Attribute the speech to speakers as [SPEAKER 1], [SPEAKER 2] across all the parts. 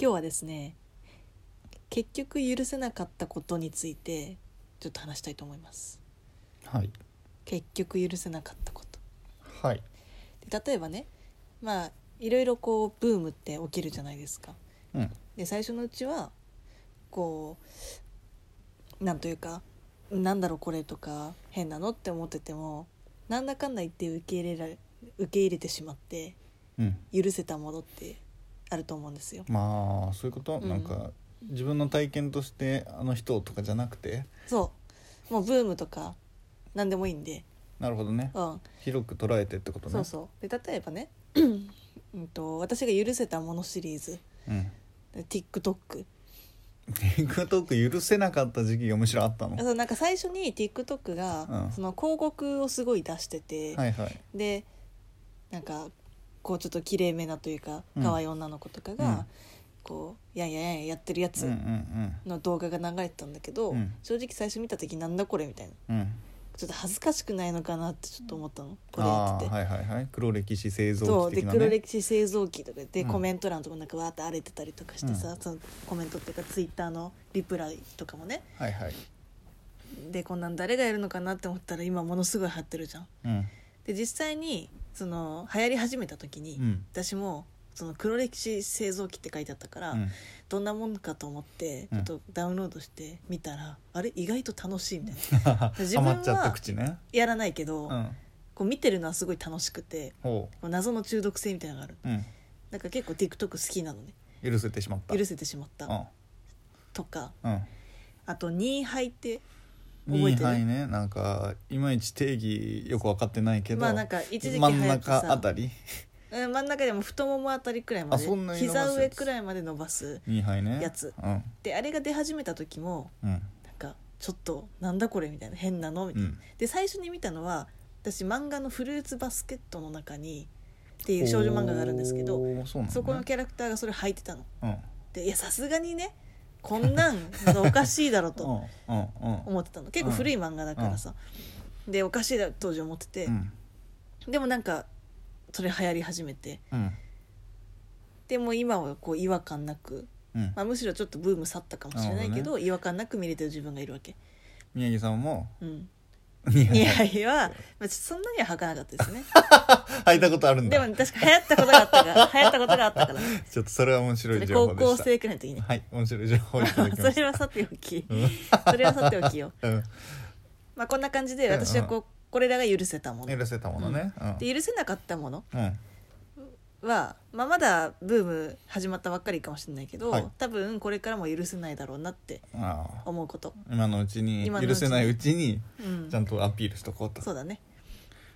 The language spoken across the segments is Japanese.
[SPEAKER 1] 今日はですね結局許せなかったことについてちょっと話したいと思います
[SPEAKER 2] はい
[SPEAKER 1] 結局許せなかったこと
[SPEAKER 2] はい
[SPEAKER 1] で例えばねまあいろいろこうブームって起きるじゃないですか
[SPEAKER 2] うん
[SPEAKER 1] で最初のうちはこうなんというかなんだろうこれとか変なのって思っててもなんだかんだ言って受け入れられ受け入れてしまって
[SPEAKER 2] うん
[SPEAKER 1] 許せたものってあると思うんですよ。
[SPEAKER 2] まあそういうこと、
[SPEAKER 1] うん
[SPEAKER 2] なんか自分の体験としてあの人とかじゃなくて
[SPEAKER 1] そうもうブームとか何でもいいんで、
[SPEAKER 2] なるほどね
[SPEAKER 1] うん、
[SPEAKER 2] 広く捉えてってことね
[SPEAKER 1] そうそうで例えばねうんと私が許せたものシリーズ
[SPEAKER 2] う、ん、
[SPEAKER 1] で TikTok
[SPEAKER 2] TikTok 許せなかった時期がむしろあったの
[SPEAKER 1] あそうなんか最初に TikTok が、
[SPEAKER 2] うん
[SPEAKER 1] その広告をすごい出してて、
[SPEAKER 2] はいはい
[SPEAKER 1] でなんかこうちょっと綺麗めなというか
[SPEAKER 2] うん
[SPEAKER 1] 可愛い女の子とかが、
[SPEAKER 2] うん
[SPEAKER 1] こうやんやんやんやんやってるや
[SPEAKER 2] うん
[SPEAKER 1] つ
[SPEAKER 2] うんうん
[SPEAKER 1] の動画が流れてたんだけど、
[SPEAKER 2] うん
[SPEAKER 1] 正直最初見た時なんだこれみたいな
[SPEAKER 2] うん、
[SPEAKER 1] ちょっと恥ずかしくないのかなってちょっと思ったのこれや
[SPEAKER 2] あ
[SPEAKER 1] って
[SPEAKER 2] あ
[SPEAKER 1] て。
[SPEAKER 2] はいはいはい黒歴史製
[SPEAKER 1] そ
[SPEAKER 2] 造
[SPEAKER 1] う
[SPEAKER 2] 機
[SPEAKER 1] で
[SPEAKER 2] 的な
[SPEAKER 1] 黒
[SPEAKER 2] ね
[SPEAKER 1] 歴史製造機とかで、
[SPEAKER 2] うん
[SPEAKER 1] コメント欄とかなんかわーって荒れてたりとかしてさ、
[SPEAKER 2] うん
[SPEAKER 1] そのコメントっていうかツイッターのリプライとかもね
[SPEAKER 2] はいはい
[SPEAKER 1] でこんなん誰がやるのかなって思ったら今ものすごい張ってるじゃん。
[SPEAKER 2] うん
[SPEAKER 1] で実際にその流行り始めた時に、
[SPEAKER 2] うん
[SPEAKER 1] 私もその黒歴史製造機って書いてあったから、
[SPEAKER 2] うん
[SPEAKER 1] どんなもんかと思って
[SPEAKER 2] う
[SPEAKER 1] ちょ
[SPEAKER 2] ん
[SPEAKER 1] っとダウンロードしてみたら、あれ意外と楽しいみたいな自
[SPEAKER 2] ハ
[SPEAKER 1] 分は
[SPEAKER 2] マっちゃった口ね
[SPEAKER 1] やらないけど、
[SPEAKER 2] うん
[SPEAKER 1] こう見てるのはすごい楽しくて
[SPEAKER 2] ほ
[SPEAKER 1] こう謎の中毒性みたいなのがある
[SPEAKER 2] ううん
[SPEAKER 1] なんか結構 TikTok 好きなのね
[SPEAKER 2] 許せてしまった
[SPEAKER 1] 許せてしまったとか
[SPEAKER 2] うんうん
[SPEAKER 1] あと「ニーハイ」って覚
[SPEAKER 2] 覚
[SPEAKER 1] え
[SPEAKER 2] え
[SPEAKER 1] て
[SPEAKER 2] て
[SPEAKER 1] る
[SPEAKER 2] ねなんかいまいち定義よく分かってないけど
[SPEAKER 1] まあなんか一時期流
[SPEAKER 2] 真ん
[SPEAKER 1] 行ってさ
[SPEAKER 2] 中あたり
[SPEAKER 1] うん真ん中でも太ももあたりくらいまで
[SPEAKER 2] あそんなに伸ばすやつ
[SPEAKER 1] 膝上くらいまで伸ばす
[SPEAKER 2] 2杯ね
[SPEAKER 1] やつ
[SPEAKER 2] うん
[SPEAKER 1] であれが出始めた時も
[SPEAKER 2] うん
[SPEAKER 1] なんかちょっとなんだこれみたいな変なのみた
[SPEAKER 2] う
[SPEAKER 1] いな、
[SPEAKER 2] ん
[SPEAKER 1] で最初に見たのは私漫画の「フルーツバスケット」の中にっていう少女漫画があるんですけど
[SPEAKER 2] おーそうなんだね
[SPEAKER 1] そこのキャラクターがそれ履いてたの
[SPEAKER 2] うん
[SPEAKER 1] でいやさすがにねこん なんおかしいだろ
[SPEAKER 2] う
[SPEAKER 1] と
[SPEAKER 2] んうんうん
[SPEAKER 1] 思ってたの結構古い漫画だからさ、でおかしいだろ当時思ってて、
[SPEAKER 2] うん
[SPEAKER 1] でもなんかそれ流行り始めて
[SPEAKER 2] うん
[SPEAKER 1] でも今はこう違和感なく、
[SPEAKER 2] うん
[SPEAKER 1] まあ、むしろちょっとブーム去ったかもしれないけ
[SPEAKER 2] なる
[SPEAKER 1] ど違和感なく見れてる自分がいるわけ、
[SPEAKER 2] 宮城さん も
[SPEAKER 1] うん、
[SPEAKER 2] 2
[SPEAKER 1] い
[SPEAKER 2] 杯
[SPEAKER 1] やいやは、まあ、そんなには履かなかったですね
[SPEAKER 2] 履いたことあるん
[SPEAKER 1] で
[SPEAKER 2] だ
[SPEAKER 1] も確か流行ったことがあったから流行ったことがあ ったから
[SPEAKER 2] ちょっとそれは面白い
[SPEAKER 1] で
[SPEAKER 2] 情
[SPEAKER 1] 高
[SPEAKER 2] 報で
[SPEAKER 1] 校
[SPEAKER 2] した
[SPEAKER 1] 生くらいの時ね
[SPEAKER 2] はい面白い情報をいただきまし
[SPEAKER 1] それはさておきそれはさておきよ、
[SPEAKER 2] たうん
[SPEAKER 1] まあ、こんな感じで私はこうこれらが許せたもの
[SPEAKER 2] 許せたものね
[SPEAKER 1] で許せなかったもの
[SPEAKER 2] うんうん
[SPEAKER 1] は、まあ、まだブーム始まったばっかりかもしれないけど、
[SPEAKER 2] はい
[SPEAKER 1] 多分これからも許せないだろうなって
[SPEAKER 2] ああ
[SPEAKER 1] 思うこと、
[SPEAKER 2] 今のうちに
[SPEAKER 1] 今のうちに
[SPEAKER 2] 許せないうちに
[SPEAKER 1] うん
[SPEAKER 2] ちゃんとアピールしとこうと
[SPEAKER 1] そうだね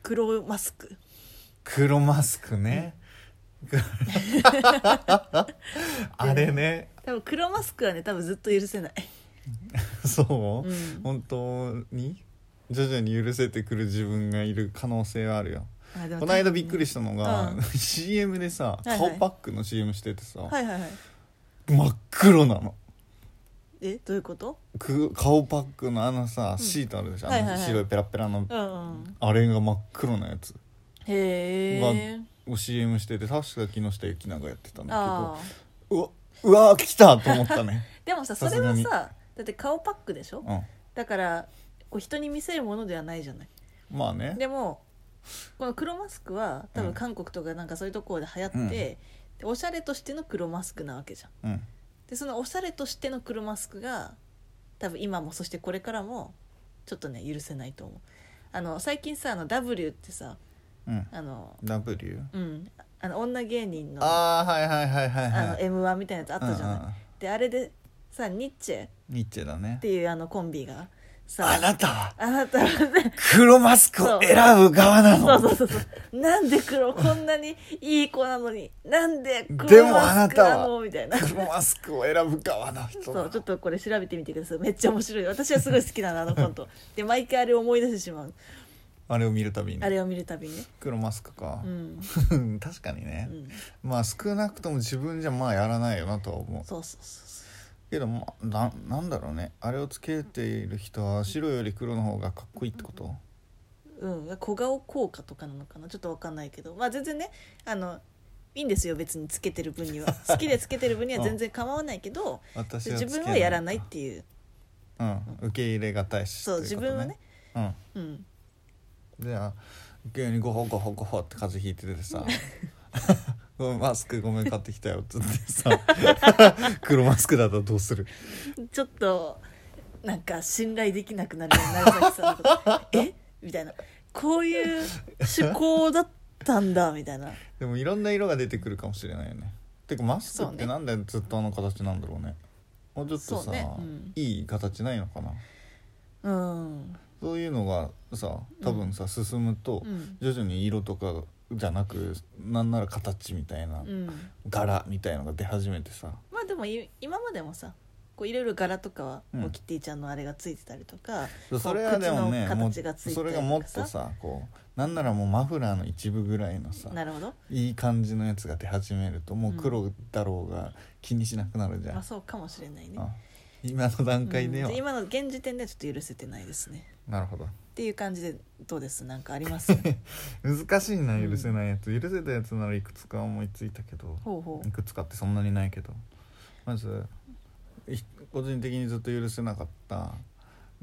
[SPEAKER 1] 黒マスク
[SPEAKER 2] 黒マスクね、あれね
[SPEAKER 1] 多分黒マスクはね多分ずっと許せない
[SPEAKER 2] そう、
[SPEAKER 1] うん
[SPEAKER 2] 本当に徐々に許せてくる自分がいる可能性はあるよ
[SPEAKER 1] あでも
[SPEAKER 2] この間びっくりしたのが、
[SPEAKER 1] うん
[SPEAKER 2] CM でさ
[SPEAKER 1] はい
[SPEAKER 2] 顔パックの CM しててさ、
[SPEAKER 1] はいはいはい
[SPEAKER 2] 真っ黒なの
[SPEAKER 1] えどういうこと
[SPEAKER 2] く顔パックのあのさ、シートあるでしょ、
[SPEAKER 1] はいはい
[SPEAKER 2] あ
[SPEAKER 1] はい
[SPEAKER 2] の白いペラペラの、
[SPEAKER 1] うん、うん、
[SPEAKER 2] あれが真っ黒なやつ
[SPEAKER 1] へえ
[SPEAKER 2] を CM してて確か木下ゆきながやってたんだ
[SPEAKER 1] ああ
[SPEAKER 2] けどうわうわ来たと思ったね
[SPEAKER 1] でもさそ
[SPEAKER 2] さ
[SPEAKER 1] れ
[SPEAKER 2] す
[SPEAKER 1] は
[SPEAKER 2] がに
[SPEAKER 1] さだって顔パックでしょ
[SPEAKER 2] うん
[SPEAKER 1] だからこう人に見せるものではないじゃない
[SPEAKER 2] まあね
[SPEAKER 1] でもこの黒マスクは多分韓国とかなんかそういうところで流行って、
[SPEAKER 2] うん
[SPEAKER 1] でおしゃれとしての黒マスクなわけじゃん
[SPEAKER 2] うん
[SPEAKER 1] でそのおしゃれとしての黒マスクが多分今もそしてこれからもちょっとね許せないと思うあの最近さあの W ってさ
[SPEAKER 2] うん
[SPEAKER 1] あの
[SPEAKER 2] W
[SPEAKER 1] うんあの女芸人のあ
[SPEAKER 2] ああはいはいはいはいはい
[SPEAKER 1] の m 1みたいなやつあったじゃない、
[SPEAKER 2] うんうん
[SPEAKER 1] であれでさニッチェっ
[SPEAKER 2] ニッチェだね
[SPEAKER 1] ていうあのコンビがさ
[SPEAKER 2] あなたは
[SPEAKER 1] あなたは ね
[SPEAKER 2] 黒マスクを選ぶ側な
[SPEAKER 1] そう
[SPEAKER 2] の
[SPEAKER 1] そうそうそうなんで黒こんなにいい子なのになんで
[SPEAKER 2] で
[SPEAKER 1] 黒
[SPEAKER 2] もあ
[SPEAKER 1] マ
[SPEAKER 2] な
[SPEAKER 1] スク
[SPEAKER 2] た
[SPEAKER 1] なの
[SPEAKER 2] は
[SPEAKER 1] みたいな
[SPEAKER 2] 黒マスクを選ぶ側の人
[SPEAKER 1] そう
[SPEAKER 2] だ
[SPEAKER 1] ちょっとこれ調べてみてくださいめっちゃ面白い私はすごい好きな のあのコントで毎回あれを思い出してしまう
[SPEAKER 2] あれを見るたびに
[SPEAKER 1] あれを見るたびにね
[SPEAKER 2] 黒マスクか
[SPEAKER 1] うん、
[SPEAKER 2] 確かにね
[SPEAKER 1] うん、
[SPEAKER 2] まあ少なくとも自分じゃまあやらないよなとは思う
[SPEAKER 1] そうそうそう
[SPEAKER 2] けどまあななんだろうねあれをつけている人は白より黒の方がかっこいいってこと
[SPEAKER 1] そううん小顔効果とかなのかなちょっとわかんないけどまあ全然ねあのいいんですよ別につけてる分に は好きでつけてる分には全然構わないけど
[SPEAKER 2] 私は
[SPEAKER 1] 自分はやらないっていう
[SPEAKER 2] う、うん、受け入れがたいし
[SPEAKER 1] そう
[SPEAKER 2] とい
[SPEAKER 1] 自
[SPEAKER 2] こと
[SPEAKER 1] 分はね
[SPEAKER 2] うん
[SPEAKER 1] うん
[SPEAKER 2] であ急にゴホゴホゴホって風邪ひいてて さ「ごめんマスクごめん買ってきたよ」っつってさ 黒マスクだったらどうする
[SPEAKER 1] ちょっとなんか信頼できなくなるよ成崎さんのこと えみたいなこういう思考だったんだみたいな
[SPEAKER 2] でもいろんな色が出てくるかもしれないよねてかマスク
[SPEAKER 1] そう
[SPEAKER 2] って
[SPEAKER 1] ね
[SPEAKER 2] なんでずっとあの形なんだろうねもうちょっと
[SPEAKER 1] そ
[SPEAKER 2] さ、
[SPEAKER 1] うねうん
[SPEAKER 2] いい形ないのかな
[SPEAKER 1] うん
[SPEAKER 2] そういうのがさ多分さ、進むと
[SPEAKER 1] うん
[SPEAKER 2] 徐々に色とかじゃなくなんなら形みたいな、
[SPEAKER 1] うん
[SPEAKER 2] 柄みたいのが出始めてさ
[SPEAKER 1] まあでもい今までもさこういろいろ柄とかは、
[SPEAKER 2] うん
[SPEAKER 1] もうキティちゃんのあれがついてたりとか
[SPEAKER 2] それはでもね
[SPEAKER 1] こう
[SPEAKER 2] もう
[SPEAKER 1] 口の形がついて
[SPEAKER 2] それがもっとさこうなんならもうマフラーの一部ぐらいのさ
[SPEAKER 1] なるほど、
[SPEAKER 2] いい感じのやつが出始めるともう
[SPEAKER 1] うん
[SPEAKER 2] 黒だろうが気にしなくなるじゃん、
[SPEAKER 1] まあ、そうかもしれないね
[SPEAKER 2] あ今の段階では、
[SPEAKER 1] うん今の現時点ではちょっと許せてないですね
[SPEAKER 2] なるほど
[SPEAKER 1] っていう感じでどうですなんかあり ます
[SPEAKER 2] 難しいな
[SPEAKER 1] うん
[SPEAKER 2] 許せないやつ、許せたやつならいくつか思いついたけど
[SPEAKER 1] ほうほ
[SPEAKER 2] いくつかってそんなにないけどまずい個人的にずっと許せなかった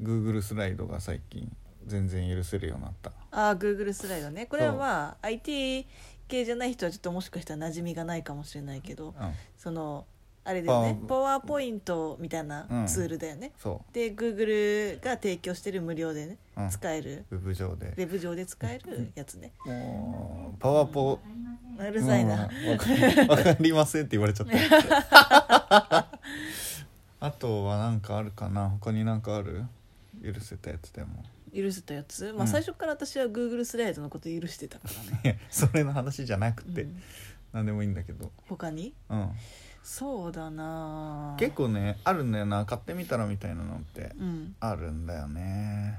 [SPEAKER 2] Google スライドが最近全然許せるようになった
[SPEAKER 1] ああ Google スライドねこれは
[SPEAKER 2] そう
[SPEAKER 1] まあ IT 系じゃない人はちょっともしかしたら馴染みがないかもしれないけど
[SPEAKER 2] うん
[SPEAKER 1] そのあれだよね
[SPEAKER 2] あ
[SPEAKER 1] パワーポイントみたいな
[SPEAKER 2] うん
[SPEAKER 1] ツールだよね、
[SPEAKER 2] そ
[SPEAKER 1] で Google が提供してる無料でね、
[SPEAKER 2] う、うん、
[SPEAKER 1] 使える
[SPEAKER 2] ウェブ上
[SPEAKER 1] ウ
[SPEAKER 2] で
[SPEAKER 1] ェブ上で使えるやつね
[SPEAKER 2] もうパワポ
[SPEAKER 1] うるさいな、
[SPEAKER 2] うんわかりわかりませんって言われちゃった あとはなんかあるかな他になんかある許せたやつでも
[SPEAKER 1] 許せたやつ、ま
[SPEAKER 2] う
[SPEAKER 1] あ、
[SPEAKER 2] ん
[SPEAKER 1] 最初から私は Google スライドのこと許してたからね、
[SPEAKER 2] いやそれの話じゃなく
[SPEAKER 1] う
[SPEAKER 2] て、
[SPEAKER 1] ん
[SPEAKER 2] なん、何でもいいんだけど、
[SPEAKER 1] 他に
[SPEAKER 2] うん、
[SPEAKER 1] そうだなあ
[SPEAKER 2] 結構ねあるんだよな買ってみたらみたいなのって
[SPEAKER 1] うん
[SPEAKER 2] あるんだよね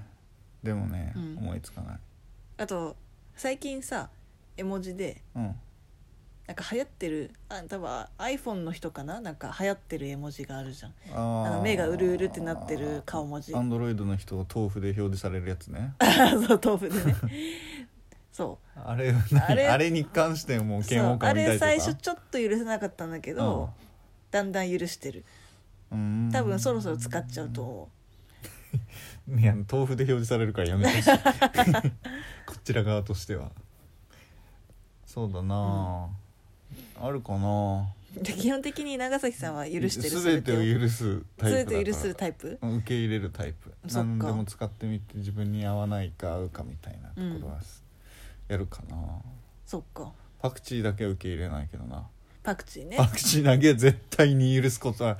[SPEAKER 2] でもね、
[SPEAKER 1] うん
[SPEAKER 2] 思いつかない
[SPEAKER 1] あと最近さ絵文字で
[SPEAKER 2] うん
[SPEAKER 1] なんか流行ってるあ多分 iPhone の人かななんか流行ってる絵文字があるじゃん
[SPEAKER 2] あー
[SPEAKER 1] あの目がうるうるってなってる顔文字
[SPEAKER 2] アンドロイドの人豆腐で表示されるやつね
[SPEAKER 1] そう豆腐 でねそ
[SPEAKER 2] あれ何
[SPEAKER 1] あれ
[SPEAKER 2] あれに関しても
[SPEAKER 1] う
[SPEAKER 2] う
[SPEAKER 1] そう
[SPEAKER 2] 嫌悪
[SPEAKER 1] あ
[SPEAKER 2] 感みたい
[SPEAKER 1] れ
[SPEAKER 2] とか
[SPEAKER 1] 最初ちょっと許せなかったんだけど、だんだん許してる
[SPEAKER 2] うん
[SPEAKER 1] 多分そろそろ使っちゃうと思
[SPEAKER 2] いや豆腐で表示されるからやめてほしい こちら側としてはそうだなあ、あるかな
[SPEAKER 1] うで基本的に長崎さんは許してる
[SPEAKER 2] 全てを許すタイプだから
[SPEAKER 1] 全てを許すタイプ
[SPEAKER 2] うん受け入れるタイプ
[SPEAKER 1] そっか
[SPEAKER 2] 何でも使ってみて自分に合わないか合うかみたいなところは、やるかな
[SPEAKER 1] そっか
[SPEAKER 2] パクチーだけは受け入れないけどな
[SPEAKER 1] パクチーね
[SPEAKER 2] パクチーだけは絶対に許すことは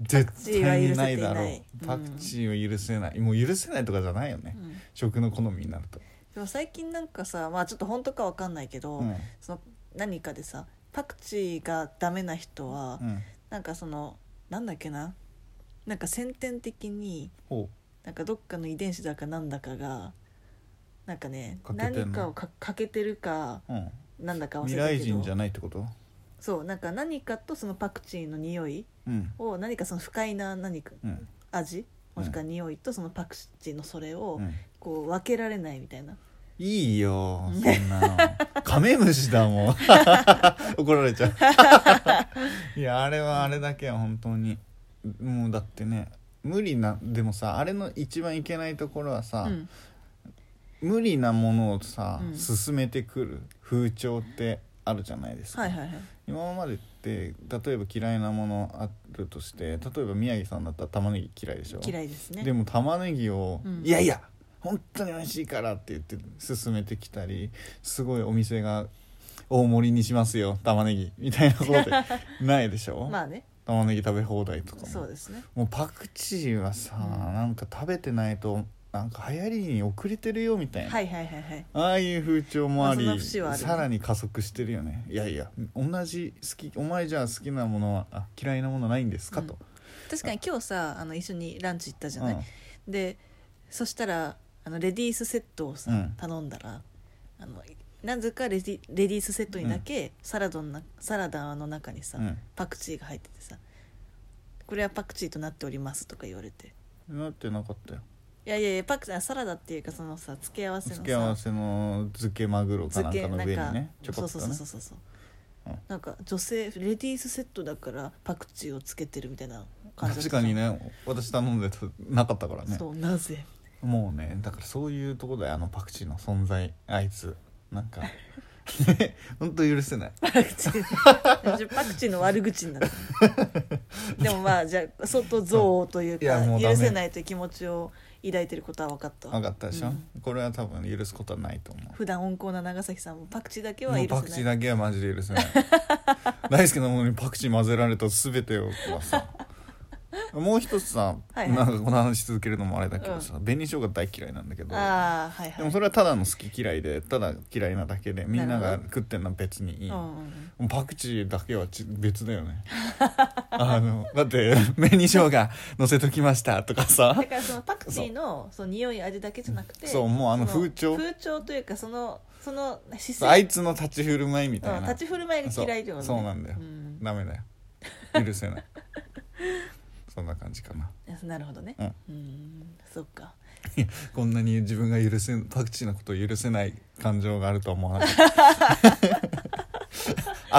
[SPEAKER 2] 絶対にないだろう
[SPEAKER 1] パ
[SPEAKER 2] パ
[SPEAKER 1] ク
[SPEAKER 2] ク
[SPEAKER 1] チ
[SPEAKER 2] チーを許せない、もう許せないとかじゃないよね、
[SPEAKER 1] うん
[SPEAKER 2] 食の好みになると、
[SPEAKER 1] でも最近なんかさまあちょっと本当かわかんないけど、
[SPEAKER 2] うん
[SPEAKER 1] その何かでさパクチーがダメな人は、
[SPEAKER 2] うん、
[SPEAKER 1] なんかそのなんだっけななんか先天的に
[SPEAKER 2] ほ
[SPEAKER 1] なんかどっかの遺伝子だかなんだかがなんかね
[SPEAKER 2] 欠けてんの
[SPEAKER 1] 何かをか欠けてるか
[SPEAKER 2] う、うん、
[SPEAKER 1] なんだか忘れ
[SPEAKER 2] 未
[SPEAKER 1] たけど
[SPEAKER 2] 来人じゃないってこと
[SPEAKER 1] そうなんか何かとそのパクチーの匂い
[SPEAKER 2] うん
[SPEAKER 1] を何かその不快な何か
[SPEAKER 2] うん
[SPEAKER 1] 味もしくは匂いとそのパクチーのそれを
[SPEAKER 2] うん
[SPEAKER 1] こう分けられないみたいな、
[SPEAKER 2] いいよそんなの カメムシだもん 怒られちゃ ういやあれはあれだけは本当にもうだってね無理なでもさあれの一番いけないところはさ、
[SPEAKER 1] うん
[SPEAKER 2] 無理なものをさ、
[SPEAKER 1] うん
[SPEAKER 2] 進めてくる風潮ってあるじゃないですか、
[SPEAKER 1] はいはいはい
[SPEAKER 2] 今までって例えば嫌いなものあるとして例えば宮城さんだったら玉ねぎ嫌いでしょ
[SPEAKER 1] 嫌いですね
[SPEAKER 2] でも玉ねぎを「
[SPEAKER 1] うん
[SPEAKER 2] いやいや本当に美味しいから」って言って勧めてきたりすごいお店が大盛りにしますよ玉ねぎみたいなことで ないでしょ、
[SPEAKER 1] まあね
[SPEAKER 2] 玉ねぎ食べ放題とかも
[SPEAKER 1] そうですね
[SPEAKER 2] もうパクチーはさ、
[SPEAKER 1] うん
[SPEAKER 2] なんか食べてないとなんか流行りに遅れてるよみたいな、
[SPEAKER 1] はいはいはいはい
[SPEAKER 2] ああいう風潮もあり、
[SPEAKER 1] まあその節はあるね
[SPEAKER 2] さらに加速してるよねいやいや同じ好きお前じゃあ好きなものはあ嫌いなものないんですか、
[SPEAKER 1] うん
[SPEAKER 2] と、
[SPEAKER 1] 確かに今日さあの一緒にランチ行ったじゃない、
[SPEAKER 2] うん
[SPEAKER 1] でそしたらあのレディースセットをさ、
[SPEAKER 2] うん
[SPEAKER 1] 頼んだらあのなぜかレディレディースセットにだけサラダのなサラダの中にさ、
[SPEAKER 2] うん
[SPEAKER 1] パクチーが入っててさ「これはパクチーとなっております」とか言われて
[SPEAKER 2] なってなかったよ
[SPEAKER 1] 「いやいやいやパクチーあサラダっていうかそのさ付け合わせのさ
[SPEAKER 2] 付け合わせの漬けマグロかなんかの上にねちょこ
[SPEAKER 1] そう
[SPEAKER 2] っ
[SPEAKER 1] そ
[SPEAKER 2] と
[SPEAKER 1] う
[SPEAKER 2] ね
[SPEAKER 1] そうそうそう
[SPEAKER 2] うん
[SPEAKER 1] なんか女性レディースセットだからパクチーをつけてるみたいな感じだった
[SPEAKER 2] 確かにね私頼んでたなかったからね
[SPEAKER 1] そうなぜ
[SPEAKER 2] もうねだからそういうとこだよあのパクチーの存在あいつなんか 本当許せない
[SPEAKER 1] パクチー 私パクチーの悪口になるでもまあじゃあ相当憎悪という
[SPEAKER 2] いや
[SPEAKER 1] か
[SPEAKER 2] もうダメ
[SPEAKER 1] 許せないという気持ちを抱いてることは分かったわ
[SPEAKER 2] 分かったでしょ、
[SPEAKER 1] うん
[SPEAKER 2] これは多分許すことはないと思う
[SPEAKER 1] 普段温厚な長崎さんもパクチーだけは
[SPEAKER 2] も
[SPEAKER 1] 許
[SPEAKER 2] う
[SPEAKER 1] せない
[SPEAKER 2] パクチーだけはマジで 許せない大好きなものにパクチー混ぜられた全てをはさもう一つさ、
[SPEAKER 1] はいはい
[SPEAKER 2] なんかこの話し続けるのもあれだけどさ、紅生姜大嫌いなんだけど
[SPEAKER 1] ああはいはい
[SPEAKER 2] でもそれはただの好き嫌いでただ嫌いなだけでみんな
[SPEAKER 1] な
[SPEAKER 2] が
[SPEAKER 1] るほ
[SPEAKER 2] 食ってんのは別にいい、
[SPEAKER 1] うんうんうん
[SPEAKER 2] もうパクチーだけはち別だよね あのだって紅生姜乗せときましたとかさ
[SPEAKER 1] だからそのパクチーのその匂い味だけじゃなくて
[SPEAKER 2] そうもうあの風潮
[SPEAKER 1] 風潮というかそのその姿勢
[SPEAKER 2] あいつの立ち振る舞いみた
[SPEAKER 1] う
[SPEAKER 2] い
[SPEAKER 1] ん
[SPEAKER 2] な
[SPEAKER 1] 立ち振る舞いが嫌いではね
[SPEAKER 2] そうそうなんだよ
[SPEAKER 1] ん
[SPEAKER 2] ダメだよ許せないそんな感じかな
[SPEAKER 1] なるほどね
[SPEAKER 2] うん
[SPEAKER 1] うんそっか
[SPEAKER 2] こんなに自分が許せんパクチーのことを許せない感情があるとは思わなかっ た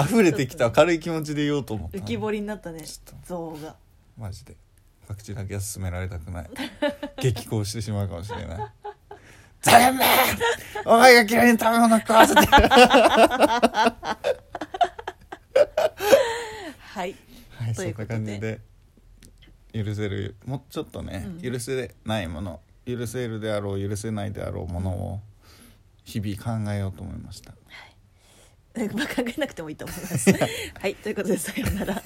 [SPEAKER 2] 溢れてきた軽い気持ちで言おうと思った
[SPEAKER 1] 浮き彫りになったね
[SPEAKER 2] ちょっ
[SPEAKER 1] 像が
[SPEAKER 2] とマジでパクチーだけは勧められたくない激高してしまうかもしれ ない残念お前が嫌いな食べ物食わせては
[SPEAKER 1] はい
[SPEAKER 2] い
[SPEAKER 1] と
[SPEAKER 2] そ
[SPEAKER 1] いうんこと
[SPEAKER 2] な
[SPEAKER 1] で
[SPEAKER 2] 感じで許せるもうちょっとね、
[SPEAKER 1] うん
[SPEAKER 2] 許せないもの許せるであろう許せないであろうものを日々考えようと思いました
[SPEAKER 1] まあ考えなくてもいいと思いますはいということでさようなら